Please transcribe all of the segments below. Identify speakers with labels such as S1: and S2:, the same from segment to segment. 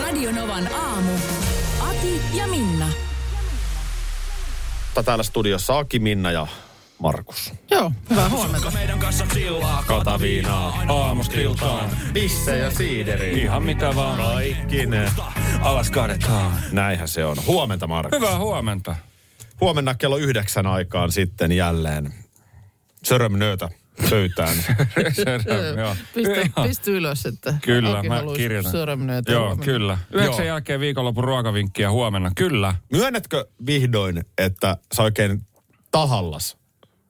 S1: Radionovan aamu. Ati ja Minna.
S2: Mutta täällä studiossa Aki, Minna ja Markus.
S3: Joo, hyvää huomenta.
S4: Meidän kanssa chillaa,
S2: Kata viinaa,
S4: aamustiltaan.
S2: pisse ja siideri.
S4: Ihan mitä vaan.
S2: Kaikki ne.
S4: Alas kaadetaan.
S2: Näinhän se on. Huomenta Markus.
S4: Hyvää huomenta.
S2: Huomenna kello yhdeksän aikaan sitten jälleen. Sörömnöötä pöytään.
S4: Söröm, joo.
S3: Pistä,
S4: Ihan.
S3: pistä ylös, että
S4: Kyllä,
S3: Aki
S4: mä
S3: haluaisi
S4: kirjoitan.
S3: sörömnöötä
S4: Joo,
S3: huomenna.
S4: kyllä. Yhdeksän
S2: Joo.
S4: jälkeen viikonlopun ruokavinkkiä huomenna. Kyllä.
S2: Myönnätkö vihdoin, että sä oikein tahallas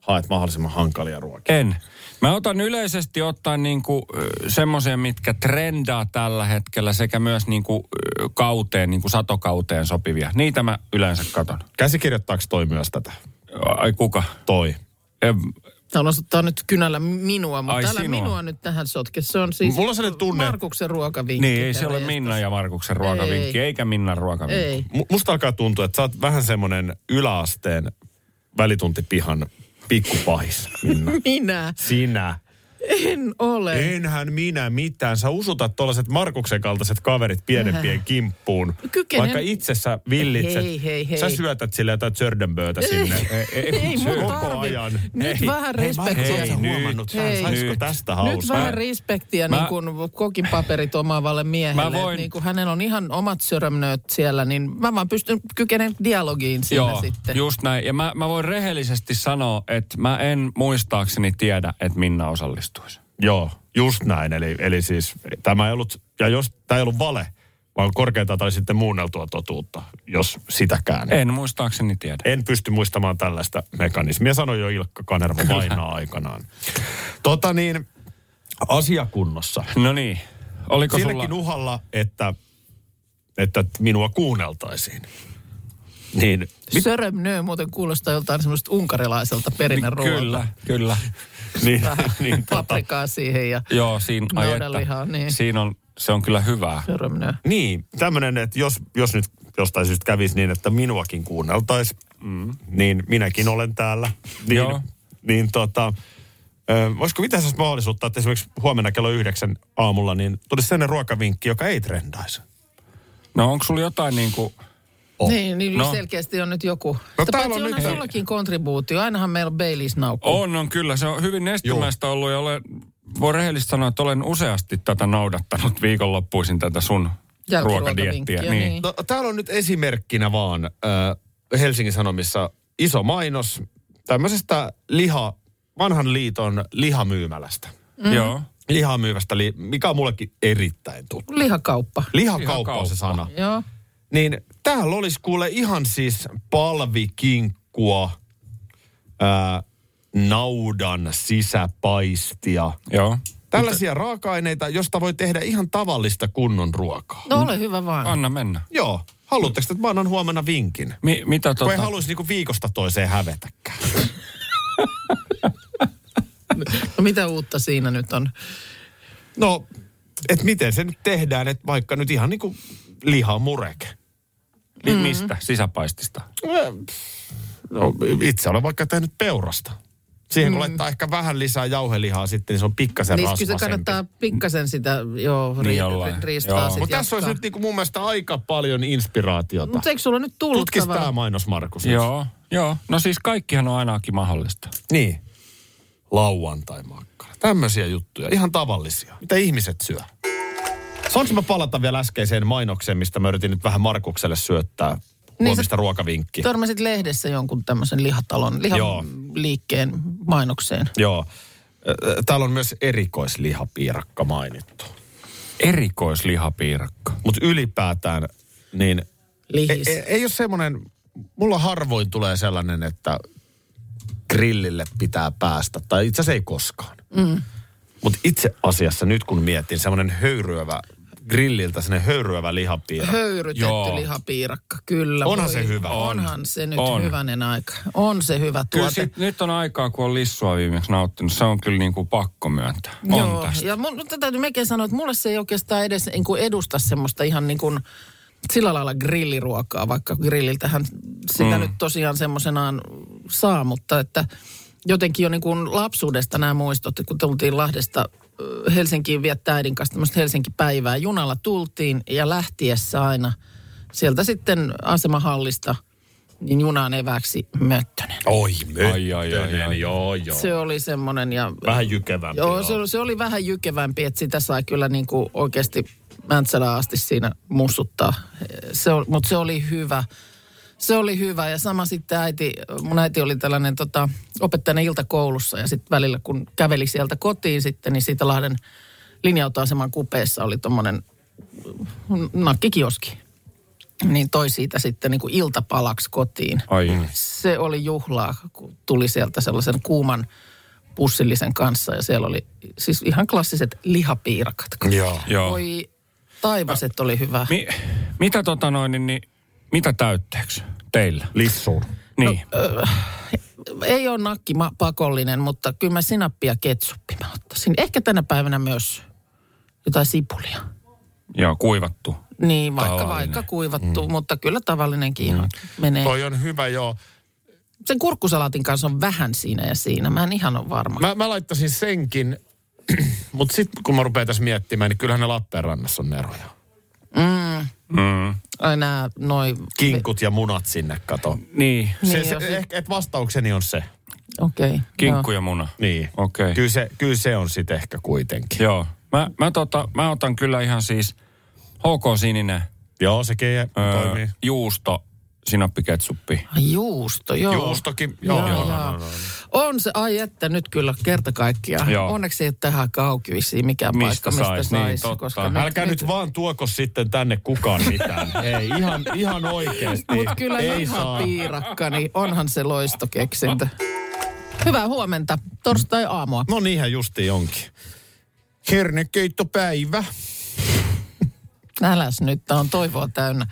S2: haet mahdollisimman hankalia ruokia?
S4: En. Mä otan yleisesti ottaen niinku, semmoisia, mitkä trendaa tällä hetkellä sekä myös niinku, ö, kauteen, niinku satokauteen sopivia. Niitä mä yleensä katon.
S2: Käsikirjoittaako toi myös tätä?
S4: Ai kuka?
S2: Toi.
S4: En,
S3: Haluan ottaa nyt kynällä minua,
S4: Ai,
S3: mutta älä
S4: sinua.
S3: minua nyt tähän sotke. Se on siis
S2: Mulla on sellainen tunne-
S3: Markuksen ruokavinkki.
S4: niin, ei se
S3: täällä
S4: ole Minna ja Markuksen ruokavinkki,
S3: Ei,
S4: eikä Minnan ruokavinkki.
S3: Ei.
S2: Mu- Musta alkaa tuntua, että sä oot vähän semmonen yläasteen välituntipihan pikkupahis, Minna.
S3: Minä
S2: Sinä.
S3: en ole.
S2: Enhän minä mitään. Sä usutat tuollaiset Markuksen kaltaiset kaverit pienempien kimppuun.
S3: Kykenen-
S2: Vaikka itse sä villitset.
S3: Hei, hei, hei.
S2: Sä syötät sille jotain Sördenböötä sinne.
S3: Ei mun
S2: Koko
S3: tarvi.
S2: ajan.
S3: Nyt
S4: Ei.
S3: vähän
S2: Hei,
S3: respektiä.
S2: Markus, oot sä huomannut tämän?
S3: Hei.
S2: Saisiko
S4: Nyt.
S2: tästä
S3: Nyt
S2: hauskaa?
S3: vähän respektiä
S4: Mä-
S3: niin kuin kokin paperit omaavalle miehelle.
S4: Mä
S3: Mä
S4: voin-
S3: voin... niin kuin hänellä on ihan omat sörömnööt siellä, niin mä vaan pystyn kykenen dialogiin siinä
S4: Joo,
S3: sitten.
S4: just näin. Ja mä, mä voin rehellisesti sanoa, että mä en muistaakseni tiedä, että Minna osallistuisi.
S2: Joo, just näin. Eli, eli siis tämä ei ollut, ja jos tämä ei ollut vale, vaan korkeinta tai sitten muunneltua totuutta, jos sitäkään.
S4: En muistaakseni tiedä.
S2: En pysty muistamaan tällaista mekanismia, sanoi jo Ilkka Kanerva vainaa aikanaan. Tota niin, asiakunnossa.
S4: No niin, oliko
S2: Silläkin
S4: sulla...
S2: uhalla, että, että minua kuunneltaisiin. Niin,
S3: Mit? Sörömnö muuten kuulostaa joltain semmoista unkarilaiselta perinneruoalta.
S4: Niin, Kyllä, kyllä.
S2: niin,
S3: niin,
S2: niin tota,
S3: paprikaa siihen ja
S4: Joo, siinä, ai että,
S3: Naudanlihaa, niin.
S4: siinä on, se on kyllä hyvää.
S3: sörömnö.
S2: Niin, tämmöinen, että jos, jos nyt jostain syystä kävisi niin, että minuakin kuunneltaisiin, mm. niin minäkin olen täällä. Niin,
S4: Joo.
S2: Niin tota, ö, olisiko mitään sellaista mahdollisuutta, että esimerkiksi huomenna kello yhdeksän aamulla, niin tulisi sellainen ruokavinkki, joka ei trendaisi.
S4: No onko sulla jotain niin kuin...
S2: Oh.
S3: Niin, niin
S4: No.
S3: no. selkeästi on nyt joku.
S2: No täällä
S3: Mutta paitsi
S2: on
S3: on
S2: nyt- Oh.
S3: nyt... jollakin kontribuutio. Ainahan meillä on Baileys naukku.
S4: On, on kyllä. Se on hyvin nestemäistä ollut ja olen, voi rehellisesti sanoa, että olen useasti tätä noudattanut viikonloppuisin tätä sun ruokadiettiä.
S3: Jälkiruokavinkkiä, niin.
S2: No, täällä on nyt esimerkkinä vaan äh, Helsingin Sanomissa iso mainos tämmöisestä liha, vanhan liiton lihamyymälästä.
S3: Mm-hmm.
S4: Mm. Joo.
S2: Lihamyyvästä, li, mikä on mullekin erittäin tuttu.
S3: Lihakauppa.
S2: Lihakauppa on se sana.
S3: Joo.
S2: Niin täällä olisi kuule ihan siis palvikinkkua, ää, naudan sisäpaistia.
S4: Joo.
S2: Tällaisia raaka-aineita, josta voi tehdä ihan tavallista kunnon ruokaa.
S3: No ole hyvä vaan.
S4: Anna mennä.
S2: Joo. Haluatteko, että mä annan huomenna vinkin?
S4: Mi- mitä
S2: Kun ei
S4: tota...
S2: haluaisi niinku viikosta toiseen hävetäkään.
S3: No mitä uutta siinä nyt on?
S2: No, et miten se nyt tehdään, että vaikka nyt ihan niinku lihamureke.
S4: Mi- Niin mistä? Sisäpaistista.
S2: No, itse olen vaikka tehnyt peurasta. Siihen kun laittaa ehkä vähän lisää jauhelihaa sitten, niin se on pikkasen
S3: Mm. Niin kyllä se
S2: rasvasempi.
S3: kannattaa pikkasen sitä joo, ri-
S4: Niin
S3: ri-
S4: jollain.
S3: riistaa
S4: Joo.
S3: sitten
S2: Mutta tässä olisi nyt niinku mun mielestä aika paljon inspiraatiota.
S3: Mutta eikö sulla nyt tullut
S2: Tutkis
S3: tavallaan-
S2: tämä mainos, Markus.
S4: Joo, joo. No siis kaikkihan on ainakin mahdollista.
S2: Niin. Lauantai-makkara. Tämmöisiä juttuja. Ihan tavallisia. Mitä ihmiset syö? Saanko mä palata vielä äskeiseen mainokseen, mistä mä yritin nyt vähän Markukselle syöttää huomista ruokavinkki?
S3: Törmäsit lehdessä jonkun tämmöisen lihatalon,
S2: Joo.
S3: lihaliikkeen mainokseen.
S2: Joo. Ö, ö, Täällä on myös erikoislihapiirakka mainittu.
S4: Erikoislihapiirakka.
S2: Mutta ylipäätään, niin ei,
S3: Lihis.
S2: ei, ei ole semmoinen, mulla harvoin tulee sellainen, että grillille pitää päästä, tai itse asiassa ei koskaan. Mm. Mutta itse asiassa nyt kun mietin, semmoinen höyryävä grilliltä sinne höyryävä lihapiira.
S3: Höyrytetty
S4: Joo.
S3: lihapiirakka, kyllä.
S2: Onhan se hyvä.
S4: On.
S3: Onhan se nyt
S4: On.
S3: hyvänen aika. On se hyvä
S4: Kyllä
S3: tuote.
S4: sit, nyt on aikaa, kun on lissua viimeksi nauttinut. Se on kyllä niin kuin pakko myöntää.
S3: Joo,
S4: On tästä.
S3: ja mun, tätä täytyy melkein sanoa, että mulle se ei oikeastaan edes niin kuin edusta semmoista ihan niin kuin sillä lailla grilliruokaa, vaikka grilliltähän sitä mm. nyt tosiaan semmoisenaan saa, mutta että jotenkin jo niin kuin lapsuudesta nämä muistot, kun tultiin Lahdesta ö, Helsinkiin viettää äidin kanssa tämmöistä Helsinki-päivää. Junalla tultiin ja lähtiessä aina sieltä sitten asemahallista niin junaan eväksi möttönen.
S2: Oi,
S4: ai, ai, ai, ai.
S2: joo, joo.
S3: Se oli semmoinen ja
S2: Vähän jykevämpi.
S3: Joo, se, oli- se oli vähän jykevämpi, että sitä sai kyllä niin kuin oikeasti Mäntsälään asti siinä mussuttaa. Se, mutta se oli hyvä. Se oli hyvä ja sama sitten äiti, mun äiti oli tällainen tota, opettajana iltakoulussa ja sitten välillä kun käveli sieltä kotiin sitten, niin siitä Lahden linja-autoaseman kupeessa oli tuommoinen nakkikioski. Niin toi siitä sitten niin kuin iltapalaksi kotiin
S4: Ai.
S3: se oli juhlaa, kun tuli sieltä sellaisen kuuman pussillisen kanssa ja siellä oli siis ihan klassiset lihapiirakat.
S2: Joo.
S4: Joo.
S3: Oi, taivaset oli hyvä.
S4: Mi, mitä tota noin, niin, niin, mitä täytteeksi teillä?
S2: Lissuun.
S4: Niin.
S3: Ei ole nakki ma- pakollinen, mutta kyllä mä sinappi ja ketsuppi mä ottaisin. Ehkä tänä päivänä myös jotain sipulia.
S4: Joo, kuivattu.
S3: Niin, vaikka
S4: Tavallinen.
S3: vaikka kuivattu, mm. mutta kyllä tavallinenkin ihan menee.
S2: Toi on hyvä, joo.
S3: Sen kurkkusalaatin kanssa on vähän siinä ja siinä. Mä en ihan ole varma.
S2: Mä, mä laittaisin senkin, mutta sitten kun mä rupean tässä miettimään, niin kyllähän ne Lappeenrannassa on eroja.
S3: Ai nää, noi...
S2: Kinkut ja munat sinne, kato.
S4: Niin.
S2: Se, eh.
S3: Niin,
S2: se,
S3: jos-
S2: ehkä, et vastaukseni on se.
S3: Okei. Okay,
S4: Kinkku ja muna.
S2: Niin.
S4: Okei.
S2: Kyllä se, kyllä se on sitten ehkä kuitenkin.
S4: Joo. Mä, mä, tota, mä otan kyllä ihan siis HK Sininen,
S2: Joo, sekin öö.
S4: öö,
S2: toimii.
S4: juusto, sinappiketsuppi.
S3: Ai Juusto, joo.
S2: Juustokin, joo. joo, joo.
S3: joo. On se, ai että nyt kyllä kerta kaikkiaan.
S4: Joo.
S3: Onneksi ei ole tähän kaukivisiin mikään
S4: Mistä
S3: paikka, mistä
S4: sais,
S3: saisi.
S4: niin, totta.
S2: Älkää nyt vaan tuoko sitten tänne kukaan mitään. Ei, ihan, ihan oikeesti.
S3: Mutta kyllä
S2: niin. Ei
S3: ihan
S2: saa.
S3: piirakka, niin onhan se loistokeksintö. Hyvää huomenta, torstai-aamua.
S2: No niinhän justi onkin. Hernekeittopäivä. No.
S3: Äläs nyt, tää on toivoa täynnä.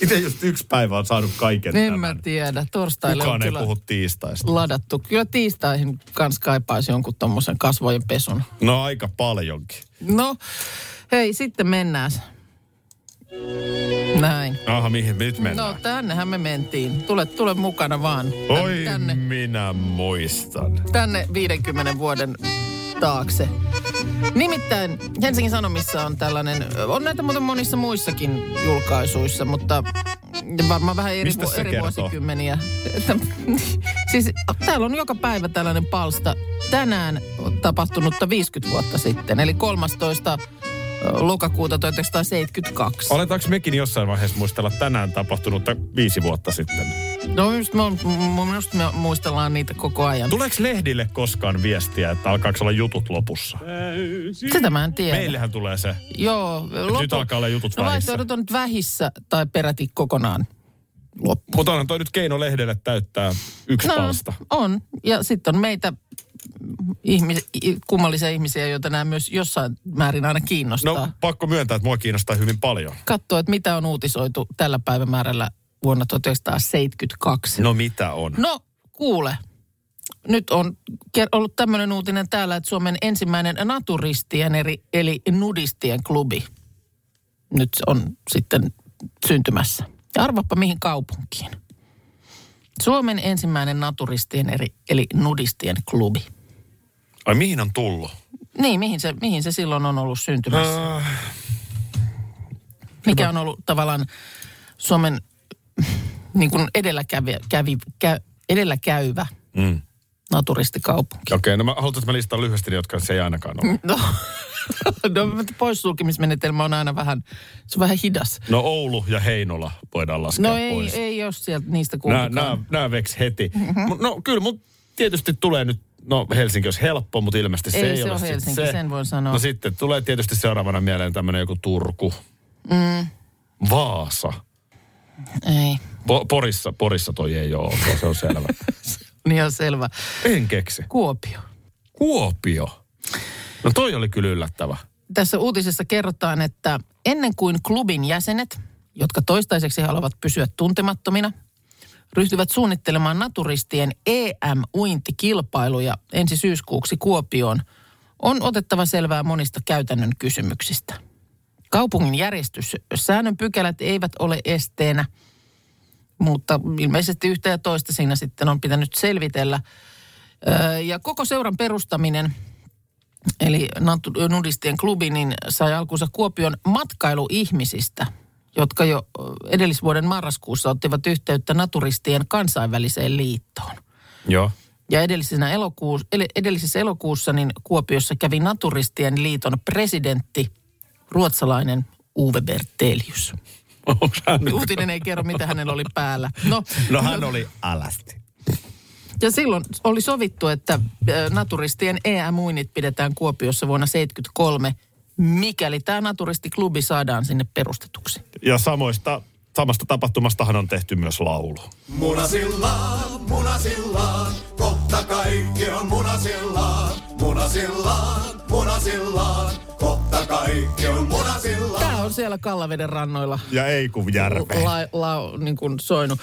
S2: Itse just yksi päivä on saanut kaiken
S3: En mä
S2: tämän.
S3: tiedä, torstaille on
S2: Kukaan ei
S3: kyllä
S2: puhu tiistaista.
S3: ladattu. Kyllä tiistaihin kans kaipaisi jonkun tommosen kasvojen pesun.
S2: No aika paljonkin.
S3: No, hei, sitten mennään. Näin.
S2: Aha, mihin nyt mennään?
S3: No tännehän me mentiin. Tule, tule mukana vaan. Tän-
S2: Oi,
S3: Tänne,
S2: minä muistan.
S3: tänne 50 vuoden taakse. Nimittäin Helsingin Sanomissa on tällainen, on näitä muuten monissa muissakin julkaisuissa, mutta varmaan vähän eri,
S2: Mistä se
S3: eri
S2: kertoo?
S3: vuosikymmeniä. Että, siis täällä on joka päivä tällainen palsta tänään on tapahtunutta 50 vuotta sitten, eli 13 lokakuuta 1972.
S2: Aletaanko mekin jossain vaiheessa muistella tänään tapahtunutta viisi vuotta sitten?
S3: No just, me, minusta me muistellaan niitä koko ajan.
S2: Tuleeko lehdille koskaan viestiä, että alkaako olla jutut lopussa?
S3: Sitä mä en tiedä.
S2: Meillähän tulee se.
S3: Joo.
S2: Nyt alkaa olla jutut
S3: no,
S2: vähissä.
S3: vaihtoehdot on nyt vähissä tai peräti kokonaan.
S2: Loppu. Mutta onhan toi nyt keino lehdelle täyttää yksi no. palsta.
S3: on. Ja sitten on meitä ihmis, i- kummallisia ihmisiä, joita nämä myös jossain määrin aina kiinnostaa.
S2: No
S3: No.
S2: pakko myöntää, että mua kiinnostaa hyvin paljon.
S3: Katsoa, että mitä on uutisoitu tällä päivämäärällä vuonna 1972.
S2: No mitä on?
S3: No kuule, nyt on ker- ollut tämmöinen uutinen täällä, että Suomen ensimmäinen naturistien eri, eli nudistien klubi nyt on sitten syntymässä. Ja arvappa mihin kaupunkiin. Suomen ensimmäinen naturistien eri, eli nudistien klubi.
S2: Ai mihin on tullut?
S3: Niin, mihin se, mihin se silloin on ollut
S2: Äh,
S3: syntymässä?
S2: Ah.
S3: Mikä on ollut tavallaan Suomen niin kuin edelläkävi, kävi, kä, edelläkäyvä
S2: Mm.
S3: naturistikaupunki?
S2: Okei, okay, no mä haluan, että mä listaan lyhyesti ne, jotka se ei ainakaan ole.
S3: No, no mutta poissulkemismenetelmä on aina vähän, se on vähän hidas.
S2: No Oulu ja Heinola voidaan laskea
S3: No ei,
S2: pois.
S3: ei ole sieltä niistä
S2: Nää,
S3: kuultakaan.
S2: nää, nää veks heti. Mm-hmm. No kyllä mun tietysti tulee nyt, no Helsinki olisi helppo, mutta ilmeisesti se ei,
S3: Ei se
S2: ole
S3: ole
S2: sit
S3: Helsinki, sen voin sanoa.
S2: No sitten tulee tietysti seuraavana mieleen tämmöinen joku Turku. Mm. Vaasa.
S3: Ei,
S2: Po- Porissa, Porissa toi ei ole, ok, se on selvä.
S3: niin on selvä.
S2: en keksi.
S3: Kuopio.
S2: Kuopio. No toi oli kyllä yllättävä.
S3: tässä uutisessa kerrotaan, että ennen kuin klubin jäsenet, jotka toistaiseksi haluavat pysyä tuntemattomina, ryhtyvät suunnittelemaan naturistien EM-uintikilpailuja ensi syyskuuksi Kuopioon, on otettava selvää monista käytännön kysymyksistä. Kaupungin järjestyssäännön pykälät eivät ole esteenä, mutta ilmeisesti yhtä ja toista siinä sitten on pitänyt selvitellä. Öö, Ja koko seuran perustaminen, eli natu- nudistien klubi, niin sai alkunsa Kuopion matkailuihmisistä, jotka jo ö, edellisvuoden marraskuussa ottivat yhteyttä naturistien kansainväliseen liittoon.
S4: Joo.
S3: Ja edellisenä elokuus, ele- edellisessä elokuussa niin Kuopiossa kävi Naturistien liiton presidentti, ruotsalainen Uwe Bertelius.
S2: Onko hän nyt?
S3: Uutinen ei kerro, mitä hänellä oli päällä. No,
S2: No hän oli älästi.
S3: Ja silloin oli sovittu, että ö, Naturistien E EM-uinit pidetään Kuopiossa vuonna 73, mikäli tämä Naturistiklubi saadaan sinne perustetuksi.
S2: Ja samoista, samasta tapahtumastahan on tehty myös laulu.
S5: Munasillaan, munasillaan, kohta kaikki on munasillaan. Munasillaan, munasillaan, kohta kaikki on munasillaan.
S3: Tämä on siellä Kallaveden rannoilla
S2: Ja ei kun järve.
S3: la, la, niin kuin soinut.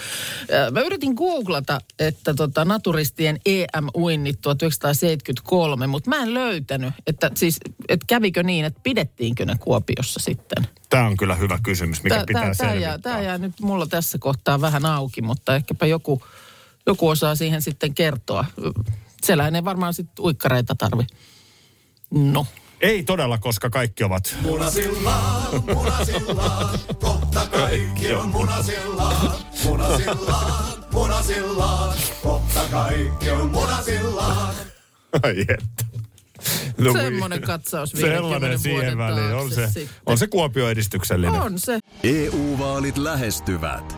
S3: Ö, Mä yritin googlata, että tota, naturistien EM-uinnit 1973, mutta mä en löytänyt, että siis, et kävikö niin, että pidettiinkö ne Kuopiossa sitten.
S2: Tämä on kyllä hyvä kysymys, mikä pitää
S3: tämä,
S2: selvittää.
S3: jää, tämä jää nyt mulla tässä kohtaa vähän auki, mutta ehkäpä joku, joku osaa siihen sitten kertoa. Sellainen ei varmaan sitten uikkareita tarvi. No.
S2: Ei todella, koska kaikki ovat...
S5: Munasillaan, munasillaan, kohta kaikki on munasillaan. Munasillaan, munasillaan, kohta kaikki on munasillaan.
S2: Ai että. No, voi.
S3: Semmoinen katsaus 50
S2: Sellainen siihen
S3: vuoden
S2: väliin. On
S3: taakse
S2: se,
S3: sitten.
S2: on se Kuopio edistyksellinen.
S3: On se.
S6: EU-vaalit E lähestyvät.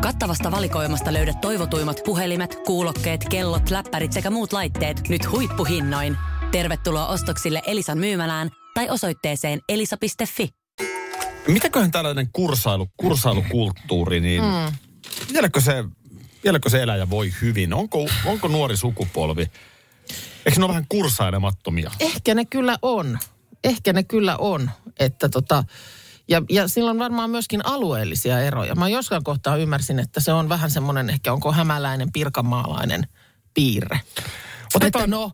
S7: Kattavasta valikoimasta löydät toivotuimmat puhelimet, kuulokkeet, kellot, läppärit sekä muut laitteet nyt huippuhinnoin. Tervetuloa ostoksille Elisan myymälään tai osoitteeseen elisa.fi.
S2: Mitäköhän tällainen kursailu, kursailukulttuuri, niin mm. vieläkö, se, vieläkö se eläjä voi hyvin? Onko, onko nuori sukupolvi? Eikö ne ole vähän kursailemattomia?
S3: Ehkä ne kyllä on. Ehkä ne kyllä on. Että tota, ja, ja sillä on varmaan myöskin alueellisia eroja. Mä jossain kohtaa ymmärsin, että se on vähän semmoinen, ehkä onko hämäläinen, pirkanmaalainen piirre. Otetaan... Että no,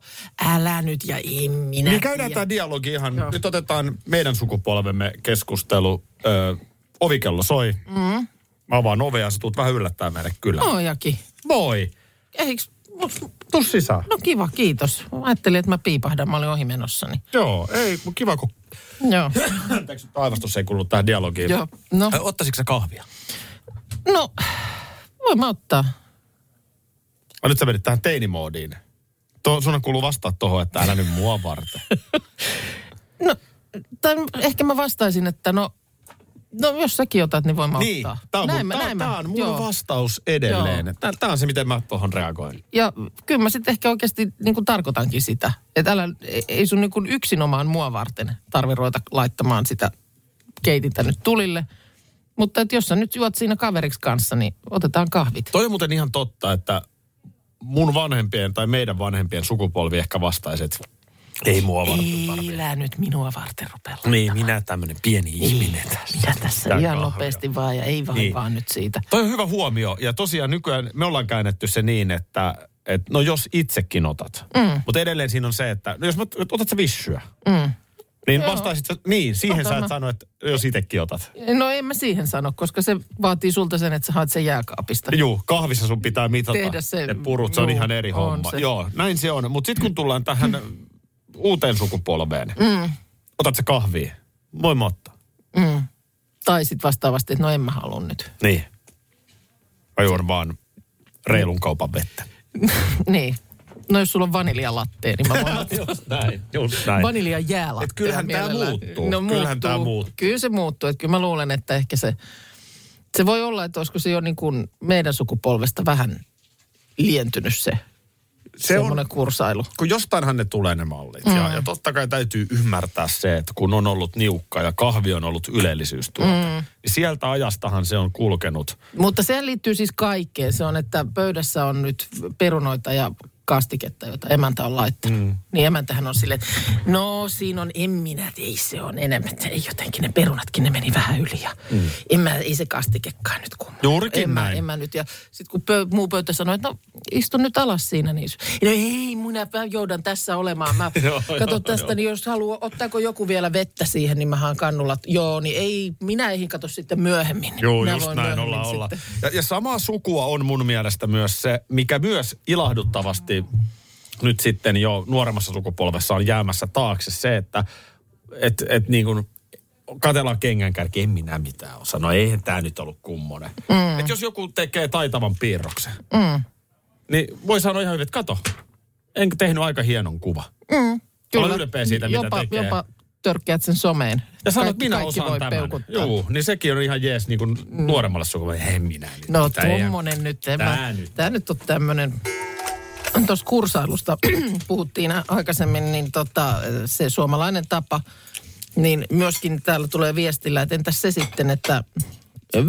S3: älä nyt ja en minä
S2: Niin käydään
S3: tiedä.
S2: tämä dialogi ihan. Joo. Nyt otetaan meidän sukupolvemme keskustelu. Ö, ovikello soi. Mm. Mä avaan ovea ja sä tuut vähän yllättää meille kyllä.
S3: No Jaki,
S2: Voi.
S3: eiks,
S2: Tuu sisään.
S3: no kiva, kiitos. Mä ajattelin, että mä piipahdan, mä olin ohimenossa. Niin.
S2: Joo, ei, mut kiva kun
S3: Joo,
S2: anteeksi, aivastus ei kuulu tähän dialogiin.
S3: joo. No,
S2: Ö, Ottaisitko sä kahvia?
S3: no, voi mä ottaa.
S2: Ai nyt sä menit tähän teinimoodiin. To, sun on kuuluu vastaa tuohon, että älä nyt mua varten.
S3: No, tai ehkä mä vastaisin, että no, no jos säkin otat, niin voin mä
S2: niin,
S3: ottaa.
S2: tämä on,
S3: Näin
S2: mun,
S3: mä-
S2: tää,
S3: näin
S2: tää
S3: mä.
S2: on mun
S3: Joo.
S2: vastaus edelleen.
S3: Joo.
S2: Tämä on se, miten mä tuohon reagoin.
S3: Ja kyllä mä sitten ehkä oikeasti niin kuin tarkoitankin sitä. Että älä, ei- ei sun niin kuin yksinomaan mua varten tarvi ruveta laittamaan sitä keitintä nyt tulille. Mutta että jos sä nyt juot siinä kaveriksi kanssa, niin otetaan kahvit.
S2: Toi on muuten ihan totta, että mun vanhempien tai meidän vanhempien sukupolvi ehkä vastaisi, että ei mua varten tarvitse.
S3: Ei lää nyt minua varten rupella.
S2: Niin, minä tämmönen pieni ihminen tässä.
S3: Mitä tässä
S2: Tää
S3: Tää ihan
S2: kahvia.
S3: nopeasti vaan ja ei vaan,
S2: Niin.
S3: niin. vaan nyt siitä.
S2: Toi on hyvä huomio. Ja tosiaan nykyään me ollaan käännetty se niin, että et, no jos itsekin otat. Mm. Mutta edelleen siinä on se, että no jos mä, otat sä vissyä? Mm. Niin
S3: Joo.
S2: vastaisit sä, niin, siihen sä et sano, että jos itsekin otat.
S3: No en mä siihen sano, koska se vaatii sulta sen, että sä haet sen jääkaapista.
S2: Juu, kahvissa sun pitää mitata
S3: Tehdä se-
S2: ne purut, se on
S3: juu,
S2: ihan eri
S3: on
S2: homma.
S3: se.
S2: Joo, näin se on. Mutta sitten kun tullaan tähän uuteen sukupolveen, mm. otat se kahvia? Voi mä ottaa.
S3: Tai sitten vastaavasti, että no en mä halua nyt.
S2: Niin. Mä juon vaan reilun kaupan vettä.
S3: Niin. No jos sulla on vaniljalatteen, niin mä voin
S2: Just näin, just näin.
S3: vanilja jäälatteen.
S2: Et kyllähän tää muuttuu. Kyllähän tää muuttuu.
S3: Kyllä se No muuttuu. Että kyllä mä luulen, että ehkä se, se voi olla, että olisiko se jo niin kuin meidän sukupolvesta vähän lientynyt se, se
S2: se on
S3: semmoinen kursailu.
S2: kun jostainhan ne tulee ne mallit. Mm. Ja, ja totta kai täytyy ymmärtää se, että kun on ollut niukka ja kahvi on ollut ylellisyystuote, mm. niin sieltä ajastahan se on kulkenut.
S3: Mutta sehän liittyy siis kaikkeen. Se on, että pöydässä on nyt perunoita ja kastiketta, jota emäntä on laittanut. Mm. Niin emäntähän on silleen, että no siinä on, en minä, ei se on enemmän. Se Ei jotenkin, ne perunatkin, ne meni vähän yli ja mm. en mä, ei se kastikekaan nyt kumma.
S2: Juurikin
S3: en mä,
S2: näin.
S3: En mä nyt. Ja sitten kun pö, muu pöytä sanoi, että no istu nyt alas siinä, niin se- no ei, minä mä joudan tässä olemaan. Mä
S2: Joo, joo,
S3: katon tästä, niin jos haluaa, ottaako joku vielä vettä siihen, niin mä haan kannulla. Joo, niin ei, minä eihin kato sitten myöhemmin.
S2: Joo,
S3: Minä
S2: just
S3: voin
S2: näin
S3: myöhemmin
S2: olla olla.
S3: sitten.
S2: Ja, ja samaa sukua on mun mielestä myös se, mikä myös ilahduttavasti nyt sitten jo nuoremmassa sukupolvessa on jäämässä taakse se, että et, et niin kuin katellaan kengänkärki, en minä mitään osaa. No eihän tämä nyt ollut kummonen. Mm. Et jos joku tekee taitavan piirroksen, mm. niin voi sanoa ihan hyvin, että kato, enkä tehnyt aika hienon kuva. Olla ylpeä siitä, mitä
S3: jopa,
S2: tekee.
S3: Jopa törkkäät sen someen.
S2: Ja sanot,
S3: Kaikki-
S2: minä
S3: kaikki
S2: osaan
S3: voi
S2: tämän.
S3: Peukuttaa.
S2: Juu, niin sekin on ihan jees niin kuin mm. nuoremmalle sukupolvelle. En minä nyt.
S3: No
S2: mitään, eihän-
S3: tommonen nyt. en
S2: Tää
S3: mä-
S2: nyt.
S3: Tää nyt on tämmönen. Tuossa kursailusta puhuttiin aikaisemmin, niin tota, se suomalainen tapa, niin myöskin täällä tulee viestillä, että entäs se sitten, että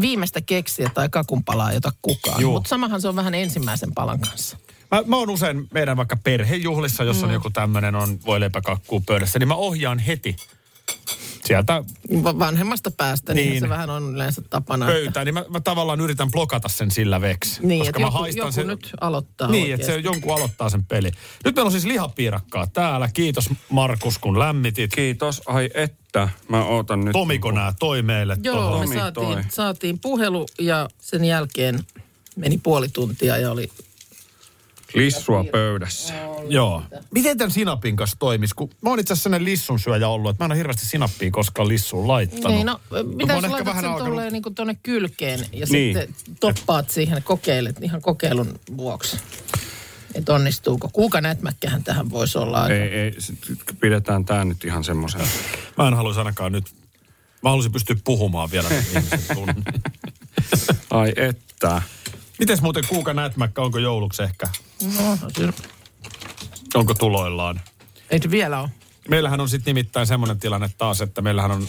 S3: viimeistä keksiä tai kakun palaa jota kukaan.
S2: Juu.
S3: Mutta samahan se on vähän ensimmäisen palan kanssa.
S2: Mä, mä oon usein meidän vaikka perhejuhlissa, jossa mm. on joku tämmöinen on voi leipäkakkuu pöydässä, niin mä ohjaan heti sieltä
S3: Va- Vanhemmasta päästä, niin,
S2: Niin.
S3: niin se vähän on yleensä tapana. että-
S2: pöytään, niin mä, mä tavallaan yritän blokata sen sillä veksi.
S3: Niin,
S2: koska
S3: että
S2: mä
S3: joku,
S2: haistan
S3: joku
S2: sen,
S3: nyt aloittaa
S2: Niin, että se jonkun aloittaa sen peli. Nyt meillä on siis lihapiirakkaa täällä. Kiitos Markus, kun lämmitit.
S4: Kiitos, ai että. Mä ootan nyt.
S2: Tomiko nää toi meille
S3: Joo,
S2: tohon?
S3: me
S4: Tomi toi.
S3: saatiin, saatiin puhelu ja sen jälkeen meni puoli tuntia ja oli...
S4: Lissua pöydässä.
S2: Joo. Miten tämän sinapin kanssa toimisi? Kun mä oon itse asiassa sellainen lissun syöjä ollut, että mä en ole hirveästi sinappia koskaan lissuun laittanut.
S3: Ei, no,
S2: mä
S3: mitä
S2: oon
S3: sä
S2: ehkä
S3: laitat
S2: vähän
S3: sen
S2: alkanut-
S3: tolleen niin tuonne kylkeen ja
S4: Niin.
S3: sitten toppaat siihen, kokeilet ihan kokeilun vuoksi. Että onnistuuko. Kuuka nätmäkkähän tähän voisi olla.
S4: Ei, ei, sit pidetään tää nyt ihan semmoisen.
S2: Mä en haluaisi ainakaan nyt, mä haluaisin pystyä puhumaan vielä sen ihmisen tunnin.
S4: Ai että.
S2: Mites muuten Kuuka Nätmäkkä, onko jouluksi ehkä?
S3: No, se-
S2: Onko tuloillaan?
S3: ei se vielä ole.
S2: Meillähän on sitten nimittäin semmoinen tilanne taas, että meillähän on,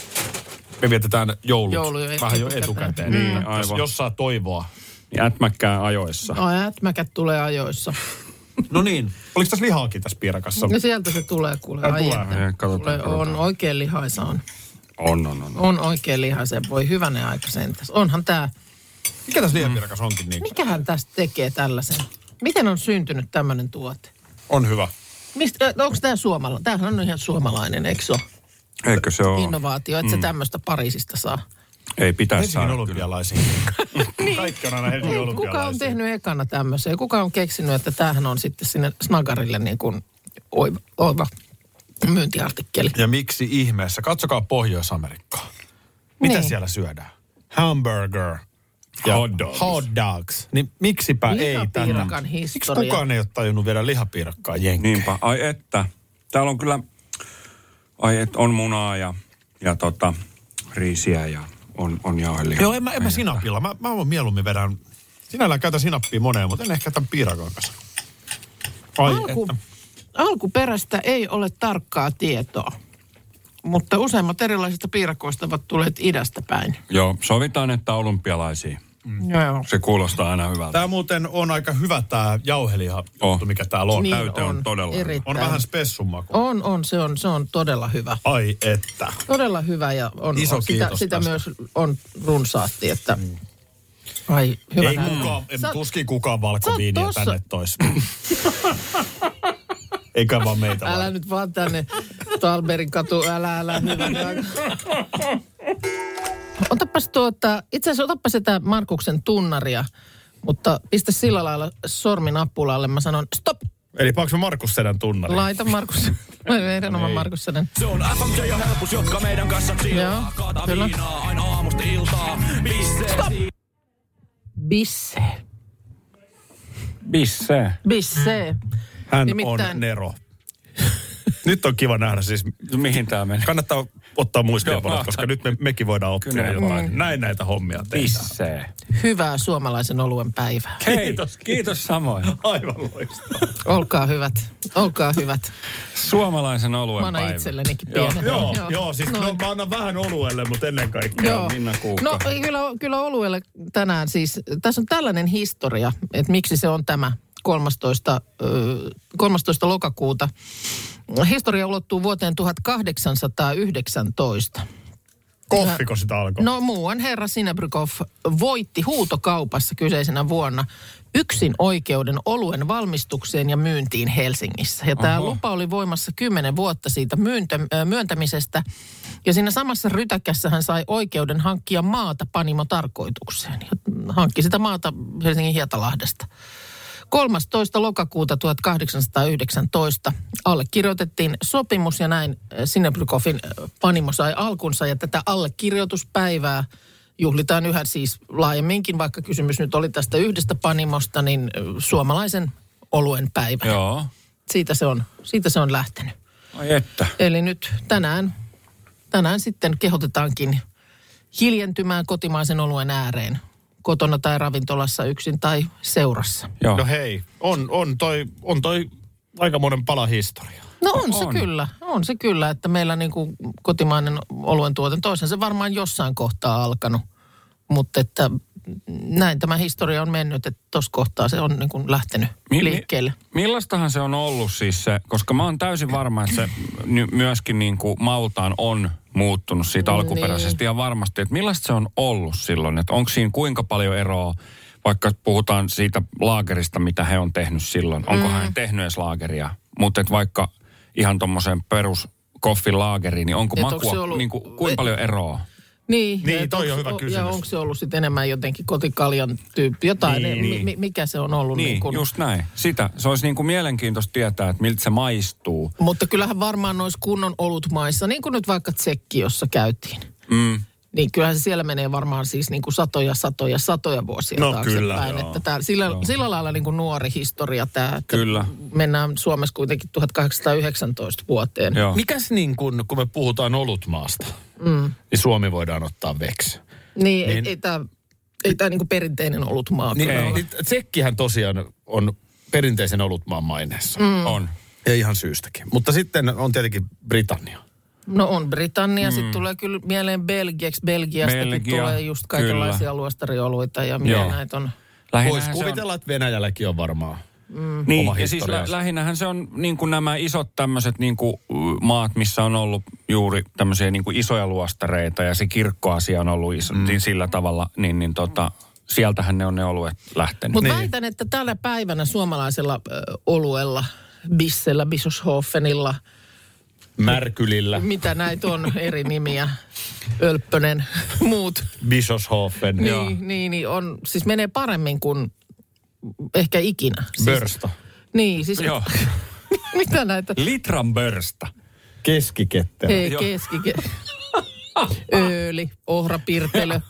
S2: me vietetään joulut
S3: Joulu jo
S2: vähän jo
S3: etukäteen.
S2: etukäteen.
S3: Mm.
S4: Niin,
S2: Jos,
S4: aivan.
S2: jos saa toivoa.
S4: Niin Ätmäkkää ajoissa.
S3: No, ätmäkät tulee ajoissa.
S2: No niin. Oliko tässä lihaakin tässä piirakassa?
S3: No sieltä se tulee kuule.
S2: Ai,
S3: Ai,
S2: tulee.
S3: että.
S4: Ei, katsotaan,
S3: Tulee, on
S4: katsotaan.
S3: oikein lihaisa on.
S4: On, on, on.
S3: On oikein lihaisen. Voi hyvänen aika sentäs. Onhan tämä
S2: Mikä tässä lihapiirakassa onkin niin?
S3: Mikähän tästä tekee tällaisen? Miten on syntynyt tämmöinen tuote?
S2: On hyvä.
S3: Mistä, ö, onko tämä suomalainen? Tämähän on ihan suomalainen, eikö se ole?
S4: Eikö se ole?
S3: Innovaatio,
S2: Mm.
S3: että se tämmöistä Pariisista saa.
S4: Ei pitäisi
S2: Helsingin
S4: saada kyllä.
S2: olympialaisiin. Kaikki on aina Helsingin
S3: Ei,
S2: olympialaisiin.
S3: kuka on tehnyt ekana tämmöisen? Kuka on keksinyt, että tämähän on sitten sinne Snagarille niin kuin oiva, oiva myyntiartikkeli?
S2: Ja miksi ihmeessä? Katsokaa Pohjois-Amerikkaa. Mitä
S3: Niin.
S2: siellä syödään? Hamburger. Ja
S4: Hot dogs.
S2: Hot dogs. Niin miksipä ei tänne?
S3: Lihapiirakan
S2: Miksi
S3: historia.
S2: kukaan ei ole tajunnut viedä lihapiirakkaa jenkiin?
S4: Niinpä, ai että. Täällä on kyllä, ai että on munaa ja, ja tota, riisiä ja on, on jauhelia.
S2: Joo, en mä, en mä sinapilla. Mä, mä oon mieluummin vedän. Sinällään käytän sinappia moneen, mutta en ehkä tämän piirakan kanssa. Ai,
S3: Alku,
S2: että.
S3: alkuperästä ei ole tarkkaa tietoa, mutta useimmat erilaisista piirakoista ovat tulleet idästä päin.
S4: Joo, sovitaan, että olympialaisiin.
S3: Mm. Joo.
S4: Se kuulostaa aina hyvältä.
S2: Tää muuten on aika hyvä tää jauheliha,
S4: Oh.
S2: mikä täällä on.
S4: Niin. täyte on todella hyvä.
S2: On
S3: erittäin.
S2: vähän spessun maku.
S3: On, on, se on, se on todella hyvä.
S2: Ai että.
S3: Todella hyvä ja on,
S2: Iso
S3: on sitä,
S2: kiitos
S3: sitä
S2: tästä. Mm.
S3: myös on runsaasti, että ai hyvä
S2: Ei
S3: nähdä.
S2: kukaan, en
S3: Sä oot-
S2: tuskin kukaan valkoviiniä
S3: tossa.
S2: tänne tois. Eikä vaan meitä
S3: Älä
S2: vaan.
S3: nyt vaan tänne Stalberin katu, älä, älä, hyvä. hyvä. Otapas tuota, itse asiassa otapa sitä Markuksen tunnaria, mutta pistä sillä lailla sormin appulalle. Mä sanon, stop,
S2: Eli paanko me Markus Sedän tunnari?
S3: laita Markus. Erinomainen Markus Sedän.
S5: Se on FMJ ja helpus, jotka meidän kanssa
S3: Joo,
S5: chillaa. Kaata
S3: kyllä.
S5: viinaa aina aamusta iltaa. Pisse.
S3: Bisse.
S4: Bisse.
S3: Bisse.
S2: Hän
S3: Nimittäin-
S2: on Nero. Nyt on kiva nähdä siis.
S4: Mihin tämä meni?
S2: Kannattaa ottaa muistiinpanot,
S4: Joo.
S2: koska nyt me, mekin voidaan oppia
S4: Kyllä.
S2: jotain. Näin näitä hommia tehdään.
S4: Bisse.
S3: Hyvää suomalaisen oluen päivää.
S4: Hei,
S2: Kiitos.
S4: kiitos, kiitos samoin.
S2: Aivan loistavaa.
S3: Olkaa hyvät, olkaa hyvät.
S4: Suomalaisen oluen
S3: Mä annan
S4: päivä.
S3: itsellenikin pienen.
S2: Joo, joo, joo, siis no, mä annan vähän oluelle, mutta ennen kaikkea.
S3: Joo.
S4: Minna Kuukka.
S3: No ei, kyllä, kyllä oluelle tänään siis. Tässä on tällainen historia, että miksi se on tämä 13, ö, 13 lokakuuta. Historia ulottuu vuoteen 1819.
S2: Koffiko sitä alkoi?
S3: No muuan herra Sinebrykov voitti huutokaupassa kyseisenä vuonna yksin oikeuden oluen valmistukseen ja myyntiin Helsingissä. Ja tämä lupa oli voimassa 10 vuotta siitä myyntä, ö, myöntämisestä. Ja siinä samassa rytäkässä hän sai oikeuden hankkia maata panimotarkoitukseen. Ja Hankki sitä maata Helsingin Hietalahdesta. 13. lokakuuta 1819 allekirjoitettiin sopimus ja näin Sinebrykoffin panimo sai alkunsa ja tätä allekirjoituspäivää juhlitaan yhä siis laajemminkin, vaikka kysymys nyt oli tästä yhdestä panimosta, niin ö, suomalaisen oluen päivä.
S4: Joo.
S3: Siitä se on, siitä se on lähtenyt.
S4: Ai että.
S3: Eli nyt tänään, tänään sitten kehotetaankin hiljentymään kotimaisen oluen ääreen kotona tai ravintolassa yksin tai seurassa.
S4: Joo.
S2: No hei, on, on, toi, on toi aikamoinen pala historiaa.
S3: No on, se
S4: On.
S3: kyllä, on se kyllä, että meillä niin kuin kotimainen oluen tuotanto, toisen se varmaan jossain kohtaa alkanut, mutta että näin tämä historia on mennyt, että tuossa kohtaa se on niin kuin lähtenyt
S4: Mi- mi-
S3: liikkeelle.
S4: Millaistahan se on ollut siis se, koska mä oon täysin varma, että se ny- myöskin niin kuin maultaan on muuttunut siitä
S3: No niin.
S4: alkuperäisesti ja varmasti, että millaista se on ollut silloin, että onko siinä kuinka paljon eroa, vaikka puhutaan siitä laagerista, mitä he on tehnyt silloin, onko
S3: Mm.
S4: hän tehnyt edes laageria, mutta et vaikka ihan tuommoiseen perus koffin laageriin, niin onko
S3: Et onko se
S4: makua,
S3: ollut-
S4: niin kuin, kuinka paljon eroa?
S3: Niin,
S2: Niin,
S3: ja et
S2: toi on hyvä
S3: o-
S2: kysymys.
S3: Ja onko se ollut sitten enemmän jotenkin kotikaljan tyyppi, jotain,
S2: Niin,
S3: niin,
S2: niin.
S3: Mi- mikä se on ollut.
S4: Niin,
S3: niin kuin,
S4: just näin. Sitä. Se olisi niin kuin mielenkiintoista tietää, että miltä se maistuu.
S3: Mutta kyllähän varmaan noissa kunnon olutmaissa, niin kuin nyt vaikka Tsekki, jossa käytiin,
S4: Mm.
S3: niin kyllähän se siellä menee varmaan siis niin kuin satoja, satoja, satoja vuosia
S2: No
S3: taaksepäin.
S2: kyllä, joo.
S3: että tää, sillä, sillä lailla niin kuin nuori historia tämä. että
S4: Kyllä.
S3: Mennään Suomessa kuitenkin 1819 vuoteen.
S4: Joo.
S2: Mikäs niin kun, kun me puhutaan olutmaasta, mm. niin Suomi voidaan ottaa veksi.
S3: Niin,
S2: Niin.
S3: niin. ei tämä ei tää niinku perinteinen olutmaa.
S2: Niin,
S3: kyllä ole.
S2: niin Tsekkihän tosiaan on perinteisen olutmaan maineessa. Mm. On. Ja ihan syystäkin. Mutta sitten on tietenkin Britannia.
S3: No on Britannia, mm. sitten tulee kyllä mieleen Belgiaksi. Belgiastakin
S4: Belgia,
S3: tulee just kaikenlaisia
S4: kyllä.
S3: luostarioluita ja mitä
S4: Joo.
S3: näitä on.
S2: Voisi
S4: se on-
S2: kuvitella, että Venäjälläkin on varmaan.
S4: Niin,
S2: oma
S4: ja siis lä-
S2: historiansa.
S4: lähinnähän se on niin kuin nämä isot tämmöiset niin kuin maat, missä on ollut juuri tämmöisiä niin kuin isoja luostareita ja se kirkkoasia on ollut iso, mm. sillä tavalla, niin, niin tota, sieltähän ne on ne oluet lähtenyt.
S3: Mutta
S2: Niin.
S3: niin. väitän, että tänä päivänä suomalaisella ö, oluella, bissellä, bisushofenilla,
S2: Märkylillä,
S3: mitä näitä on eri nimiä, Ölppönen, muut,
S2: Bischofshofen, Joo.
S3: niin, niin, niin on, siis menee paremmin kuin ehkä ikinä. Siis,
S2: Börsta,
S3: Niin, siis
S4: Joo.
S3: mitä näitä?
S4: Litran börstä.
S2: Keskikettä.
S3: Ei, keskike. Ööli, ohrapirtelö.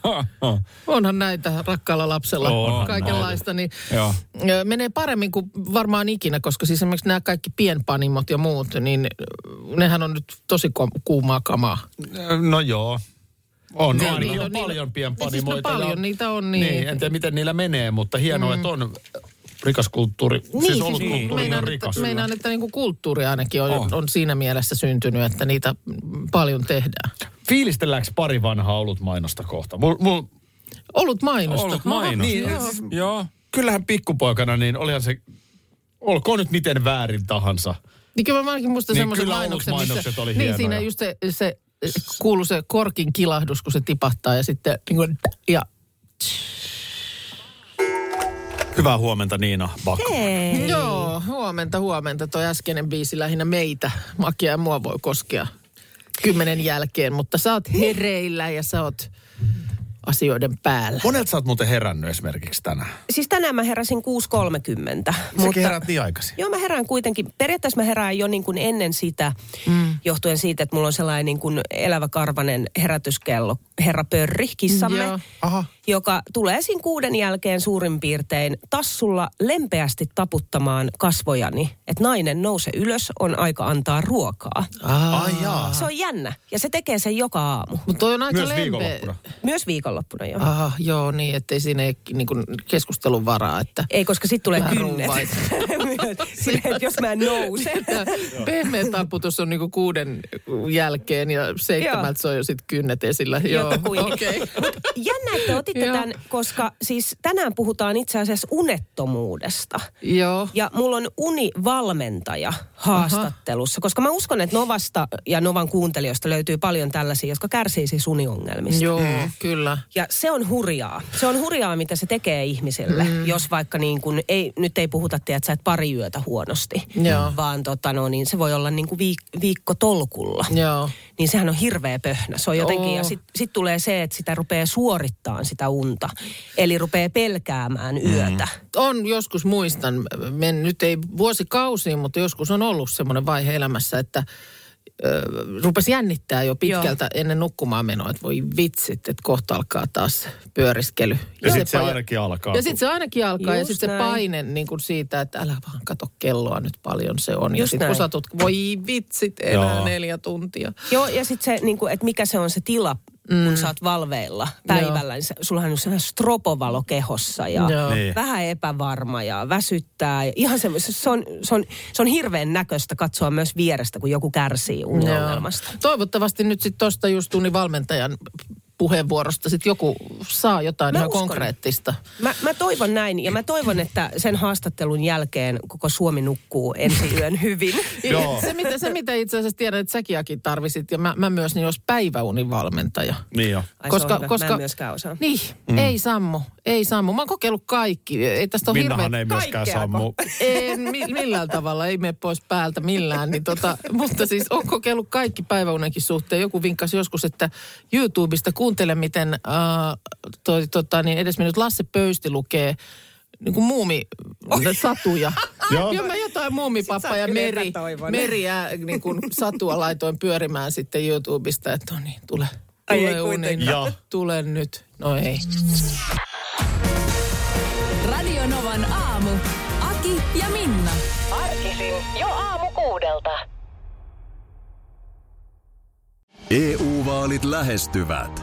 S3: Onhan näitä rakkaalla lapsella
S2: Onhan
S3: kaikenlaista. Niin
S4: Joo.
S3: ö, menee paremmin kuin varmaan ikinä, koska siis esimerkiksi nämä kaikki pienpanimot ja muut, niin ö, nehän on nyt tosi kom- kuumaa kamaa.
S2: No joo. On,
S3: Niin,
S2: on,
S3: niitä
S2: on
S3: on-
S2: paljon
S3: niitä-
S2: pienpanimoita.
S3: niin siis no paljon
S2: ja-
S3: niitä on, niin.
S2: niin. En tiedä, miten niillä menee, mutta hienoa, mm. että on rikas kulttuuri. Niin, siis ollut siis, kulttuuri on
S3: meinaan,
S2: rikas.
S3: että, meinaan, että niin kuin kulttuuri ainakin on, on. on siinä mielessä syntynyt, että niitä paljon tehdään.
S2: Fiilistelläänkö pari vanhaa ollut mainosta kohta? Mul, mul,
S3: Ollut mainosta.
S4: Ollut mainos.
S2: niin,
S4: joo.
S2: siis-
S4: joo.
S2: kyllähän pikkupoikana, niin olihan se, olkoon nyt miten väärin tahansa.
S3: Niin kyllä mä ainakin muistan
S2: Niin,
S3: semmoisen
S2: kyllä
S3: mainoksen,
S2: ollut mainokset oli
S3: niin
S2: hienoja.
S3: siinä just se, se kuuluu se korkin kilahdus, kun se tipahtaa ja sitten niin kuin, ja
S2: Hyvää huomenta Niina Bakko.
S3: Joo, Joo, huomenta, huomenta. Toi äskeinen biisi lähinnä meitä. Makia ja mua voi koskea kymmenen jälkeen, mutta sä oot hereillä ja sä oot asioiden päällä.
S2: Monelta sä oot muuten herännyt esimerkiksi tänään.
S8: Siis tänään mä heräsin 6.30.
S2: Säkin heräät niin aikaisin.
S8: Joo, mä herään kuitenkin. Periaatteessa mä herään jo niin kuin ennen sitä, mm. johtuen siitä, että mulla on sellainen niin kuin elävä karvanen herätyskello, herra Pörri, kissamme,
S3: Joo.
S2: Aha.
S8: joka tulee siinä kuuden jälkeen suurin piirtein tassulla lempeästi taputtamaan kasvojani. Että nainen nouse ylös, on aika antaa ruokaa.
S2: Ai jaa.
S8: Se on jännä, ja se tekee sen joka aamu.
S3: Mutta toi on aika
S2: Myös
S3: lempeä.
S2: viikonloppuna.
S8: Myös viikonloppuna jo.
S3: Aha, joo, niin, ettei siinä ei niin kuin keskustelun varaa, että...
S8: Ei, koska sitten tulee
S3: Vähän
S8: kynnet.
S3: ruuvaita.
S8: Silleen, että jos mä en nouse.
S3: Pehmeä taputus on niinku kuuden jälkeen ja seitsemältä se on jo sitten kynnet esillä. Joo,
S8: Jotakuinkin.
S3: okei.
S8: Mut Jännä, että otitte
S3: Joo.
S8: tämän, koska siis tänään puhutaan itse asiassa unettomuudesta.
S3: Joo.
S8: Ja mulla on univalmentaja haastattelussa, koska mä uskon, että Novasta ja Novan kuuntelijoista löytyy paljon tällaisia, jotka kärsii siis uniongelmista.
S3: Joo,
S2: Hmm.
S3: kyllä.
S8: Ja se on hurjaa. Se on hurjaa, mitä se tekee ihmiselle, mm. jos vaikka niin kuin, ei, nyt ei puhuta, tiedät, sä, että pari yötä huonosti,
S3: Joo.
S8: vaan tota, no, niin se voi olla niin kuin viik- viikko tolkulla.
S3: Joo.
S8: Niin sehän on hirveä pöhnä. Se on jotenkin,
S3: Joo.
S8: ja sitten sit tulee se, että sitä rupeaa suorittamaan sitä unta. Eli rupeaa pelkäämään yötä.
S1: Mm.
S3: On joskus muistan, men, nyt ei vuosikausiin, mutta joskus on ollut semmoinen vaihe elämässä, että ö, rupesi jännittää jo pitkältä Joo. ennen nukkumaan menoa, että voi vitsit, että kohta alkaa taas pyöriskely.
S2: Ja sit se
S3: paja-
S2: ainakin alkaa.
S3: Ja sitten se ainakin alkaa ja
S8: Just
S3: sitten se
S8: näin.
S3: paine niin kuin siitä, että älä vaan kato kelloa nyt paljon se on. ja
S8: Just
S3: sitten kun
S8: näin.
S3: sä tutk- voi vitsit, enää
S2: Joo.
S3: neljä tuntia.
S8: Joo, ja sitten se, niin kuin, että mikä se on se tila, mm. kun sä oot valveilla päivällä. Niin se- sullahan on sellainen stropovalo kehossa ja
S3: Joo.
S2: Niin.
S8: niin. vähän epävarma ja väsyttää. Ja ihan se, se, on, se, on, se on hirveän näköistä katsoa myös vierestä, kun joku kärsii uniongelmasta.
S3: Joo. Toivottavasti nyt sitten tuosta just tunnin valmentajan puheenvuorosta sitten joku saa jotain
S8: Mä
S3: ihan
S8: uskon.
S3: konkreettista.
S8: Mä, mä toivon näin ja mä toivon, että sen haastattelun jälkeen koko Suomi nukkuu ensi yön hyvin.
S2: Joo.
S3: Se mitä, se, mitä itse asiassa tiedän, että säkin Aki tarvisit, ja mä, mä myös, niin olisi päiväunivalmentaja.
S2: Niin jo.
S8: Ai, se on hyvä. Mä en myöskään osaa.
S3: Niin, mm. ei sammu, ei sammu. Mä oon kokeillut kaikki, ei tästä ole hirveä...
S2: Minnahan ei myöskään
S8: Kaikkeako?
S2: sammu.
S3: En mi- millään tavalla, ei mene pois päältä millään. Niin tota, mutta siis on kokeillut kaikki päiväunenkin suhteen. Joku vinkkasi joskus, että YouTubesta kuuntele, miten äh, toi, tota, niin edesmennyt Lasse Pöysti lukee niin kuin muumi satuja.
S2: Joo.
S3: Joo, mä jotain muumipappa
S8: Sit sä
S3: ja
S8: oot kyllä
S3: meri,
S8: epätoivoinen.
S3: meriä niin kuin satua laitoin pyörimään sitten YouTubesta, että no niin, tule,
S8: Ai ei
S3: tule unen,
S8: kuitenkaan.
S2: Joo.
S3: tule nyt. No ei.
S1: Radio Novan aamu. Aki ja Minna.
S6: EU-vaalit E lähestyvät.